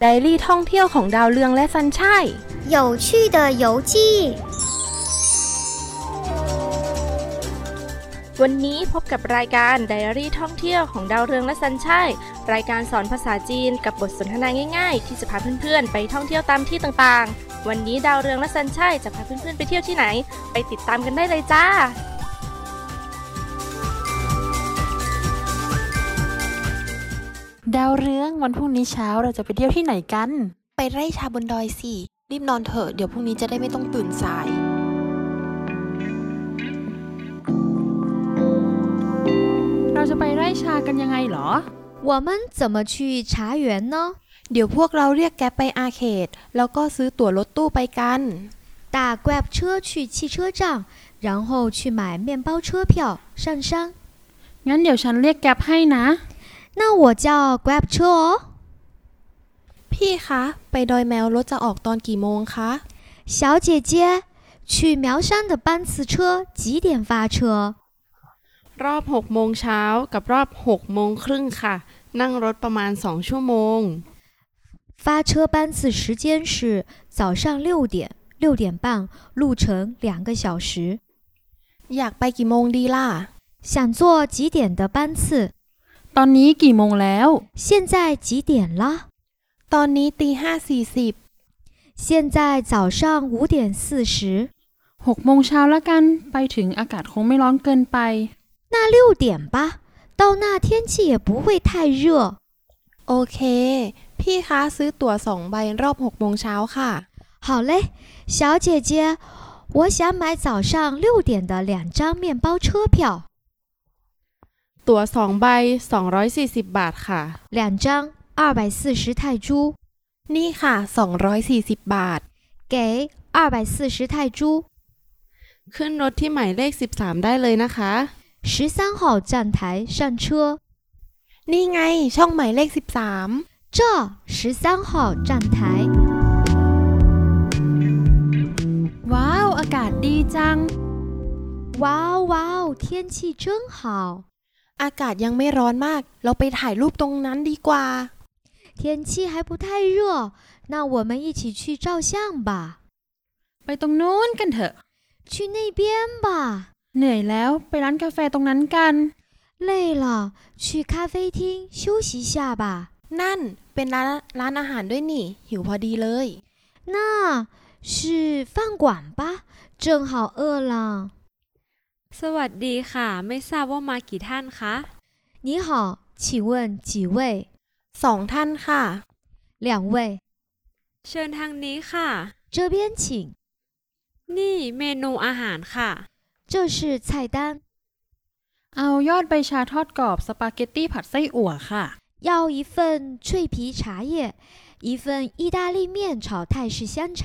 ไดอารี่ท่องเที่ยวของดาวเรืองและซันช่าย 有趣的游记， วันนี้พบกับรายการไดอารี่ท่องเที่ยวของดาวเรืองและซันช่ายรายการสอนภาษาจีนกับบทสนทนาง่ายๆ ที่จะพาเพื่อนๆ ไปท่องเที่ยวตามที่ต่างๆ วันนี้ดาวเรืองและซันช่ายจะพาเพื่อนๆไปเที่ยวที่ไหน ไปติดตามกันได้เลยจ้า ดาวเรืองวันพรุ่งนี้เช้าเราจะไปเที่ยวที่ไหนกัน ไปไร่ชาบนดอยสิ รีบนอนเถอะ เดี๋ยวพรุ่งนี้จะได้ไม่ต้องตื่นสาย เราจะไปไร่ชากันยังไงเหรอ 我们怎么去茶园呢？ เดี๋ยวพวกเราเรียกแกร็บไปอาเขต แล้วก็ซื้อตั๋วรถตู้ไปกัน 搭 Grab 车去汽车站，然后去买面包车票上山。 งั้นเดี๋ยวฉันเรียกแกร็บให้นะ 那我叫 Grab 车哦。 พี่คะ ไปดอยแมวรถจะออกตอนกี่โมงคะ 小姐姐，去苗山的班次车几点发车？ รอบ6โมงเช้ากับรอบ6โมงครึ่งค่ะ นั่งรถประมาณ 2 ชั่วโมง 发车班次时间是早上六点、六点半，路程两个小时。 อยากไปกี่โมงดีล่ะ 想坐几点的班次？ ตอนนี้กี่โมงแล้ว 现在几点啦？ ตอนนี้ตีห้าสี่สิบ 现在早上五点四十。 6 โมงเช้าละกัน ไปถึงอากาศคงไม่ร้อนเกินไป 那六点吧，到那天气也不会太热。 โอเค พี่คะซื้อตั๋วสองใบรอบหกโมงเช้าค่ะ 好嘞，小姐姐，我想买早上六点的两张面包车票， ตั๋ว2ใบ 240 บาทค่ะ 两张二百四十泰铢， นี่ค่ะ 240 บาท 给二百四十泰铢。 ขึ้นรถที่หมายเลข 13 ได้เลยนะคะ 十三号站台上车， นี่ไงช่องหมายเลข 这十三号站台。 ว้าว อากาศดีจัง 哇哦哇哦，天气真好， 13 อากาศยังไม่ร้อนมาก เราไปถ่ายรูปตรงนั้นดีกว่า 天气还不太热，那我们一起去照相吧， ไปตรงนู้นกันเถอะ 去那边吧。 เหนื่อยแล้วไปร้านกาแฟตรงนั้นกัน 累了，去咖啡厅休息一下吧。 นั่นเป็นร้านร้านอาหารด้วยนี่ หิวพอดีเลย 那是饭馆吧？正好饿了。 สวัสดีค่ะ ไม่ทราบว่ามากี่ท่านคะ 你好，请问几位？ สองท่านค่ะ 两位， เชิญทางนี้ค่ะ 这边请。 นี่เมนูอาหารค่ะ 这是菜单， เอายอดใบชาทอดกรอบสปาเกตตี้ผัดไส้อั่วค่ะ 要一份脆皮茶叶，一份意大利面炒泰式香肠，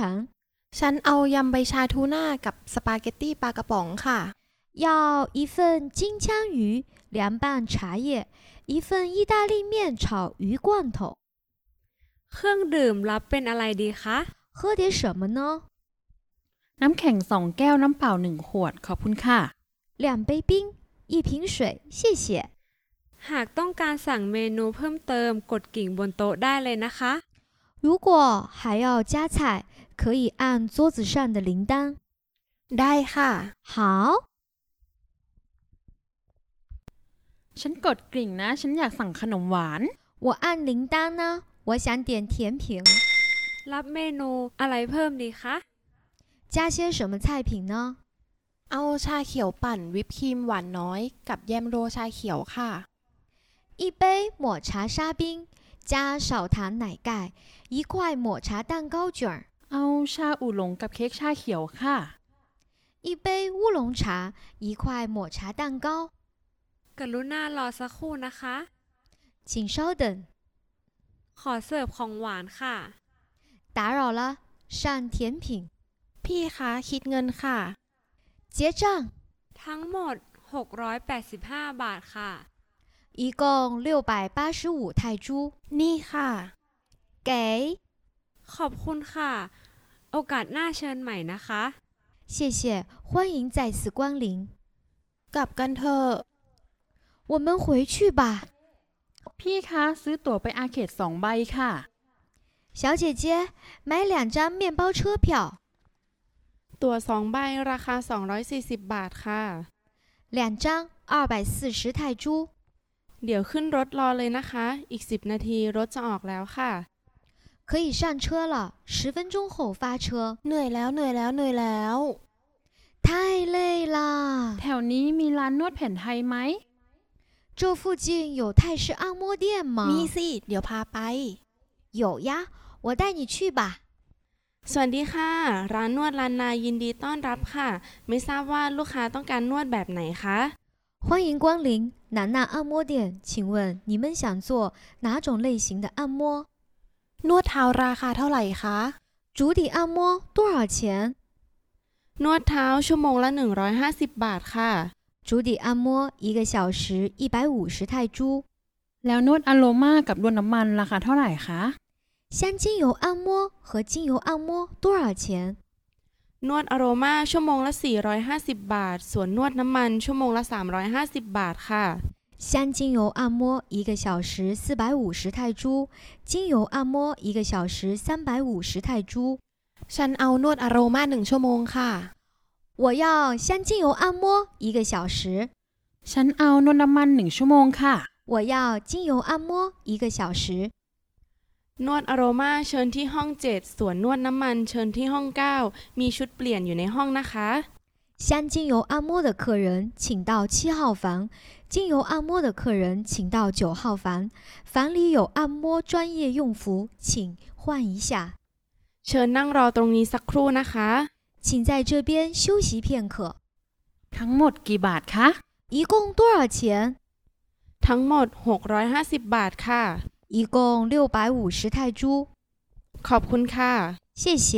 ฉันเอายำใบชาทูน่ากับสปาเกตตี้ปลากระป๋องค่ะ 要一份金枪鱼凉拌茶叶，一份意大利面炒鱼罐头。 เครื่องดื่มรับเป็นอะไรดีคะ 喝点什么呢？ น้ำแข็งสองแก้วน้ำเปล่าหนึ่งขวดขอบคุณค่ะ 两杯冰，一瓶水，谢谢。 หากต้องการสั่งเมนูเพิ่มเติมกดกิ่งบนโต๊ะได้เลยนะคะ 如果还要加菜，可以按桌子上的铃铛。 ได้ค่ะ 好， ฉันกดกริ่งนะ ฉันอยากสั่งขนมหวาน 我按铃铛呢，我想点甜品， รับเมนูอะไรเพิ่มดีคะ 加些什么菜品呢？ เอาชาเขียวปั่นวิปครีมหวานน้อย กับแยมโรชาเขียวค่ะ 一杯抹茶沙冰，加少糖奶盖，一块抹茶蛋糕卷儿， เอาชาอูหลงกับเค้กชาเขียวค่ะ 一杯乌龙茶，一块抹茶蛋糕。 กรุณารอสักครู่นะคะ 请稍等， ขอเสิร์ฟของหวานค่ะ 打扰了，上甜品， พี่คะคิดเงินค่ะ 结账， ทั้งหมด 685 บาทค่ะ 一共六百八十五泰铢， นี่ค่ะ 给。 ขอบคุณค่ะ โอกาสหน้าเชิญใหม่นะคะ 谢谢，欢迎再次光临。 กลับกันเถอะ 我们回去吧。 พี่คะซื้อตั๋วไปอาเขตสองใบค่ะ 小姐姐，买两张面包车票， ตั๋ว2ใบราคา 240 บาทค่ะ 两张二百四十泰铢。 เดี๋ยวขึ้นรถรอเลยนะคะ อีก 10 นาทีรถจะออกแล้วค่ะ 可以上车了，十分钟后发车。 เหนื่อยแล้วเหนื่อยแล้วเหนื่อยแล้ว 太累啦， แถวนี้มีร้านนวดแผนไทยไหม 这附近有泰式按摩店吗？ มีสิ เดี๋ยวพาไป 有呀，我带你去吧。 สวัสดีค่ะ ร้านนวดลานนายินดีต้อนรับค่ะ ไม่ทราบว่าลูกค้าต้องการนวดแบบไหนคะ 欢迎光临南娜按摩店，请问你们想做哪种类型的按摩？ นวดเท้าราคาเท่าไหร่คะ 足底按摩多少钱？ นวดเท้าชั่วโมงละ 150 บาทค่ะ 足底按摩一个小时一百五十泰铢。 แล้วนวดอโลมากับรวนน้ำมันราคาเท่าไหร่คะ 香精油按摩和精油按摩多少钱？ นวดอโรมาชั่วโมงละ 450 บาท ส่วนนวดน้ำมันชั่วโมงละ 350 บาทค่ะ 香精油按摩一个小时四百五十泰铢，精油按摩一个小时三百五十泰铢。 ฉันเอานวดอโรมาหนึ่งชั่วโมงค่ะ 我要香精油按摩一个小时， ฉันเอานวดน้ำมันหนึ่งชั่วโมงค่ะ 我要精油按摩一个小时。 นวดอโรมาเชิญที่ห้อง 7 ส่วนนวดน้ำมันเชิญที่ห้อง 9 มีชุดเปลี่ยนอยู่ในห้องนะคะ 香精油按摩的客人请到七号房，精油按摩的客人请到九号房，房里有按摩专业用服，请换一下， เชิญนั่งรอตรงนี้สักครู่นะคะ 请在这边休息片刻。 ทั้งหมดกี่บาทคะ 一共多少钱？ ทั้งหมด 650 บาทค่ะ 一共六百五十泰铢。 ขอบคุณค่ะ 谢谢。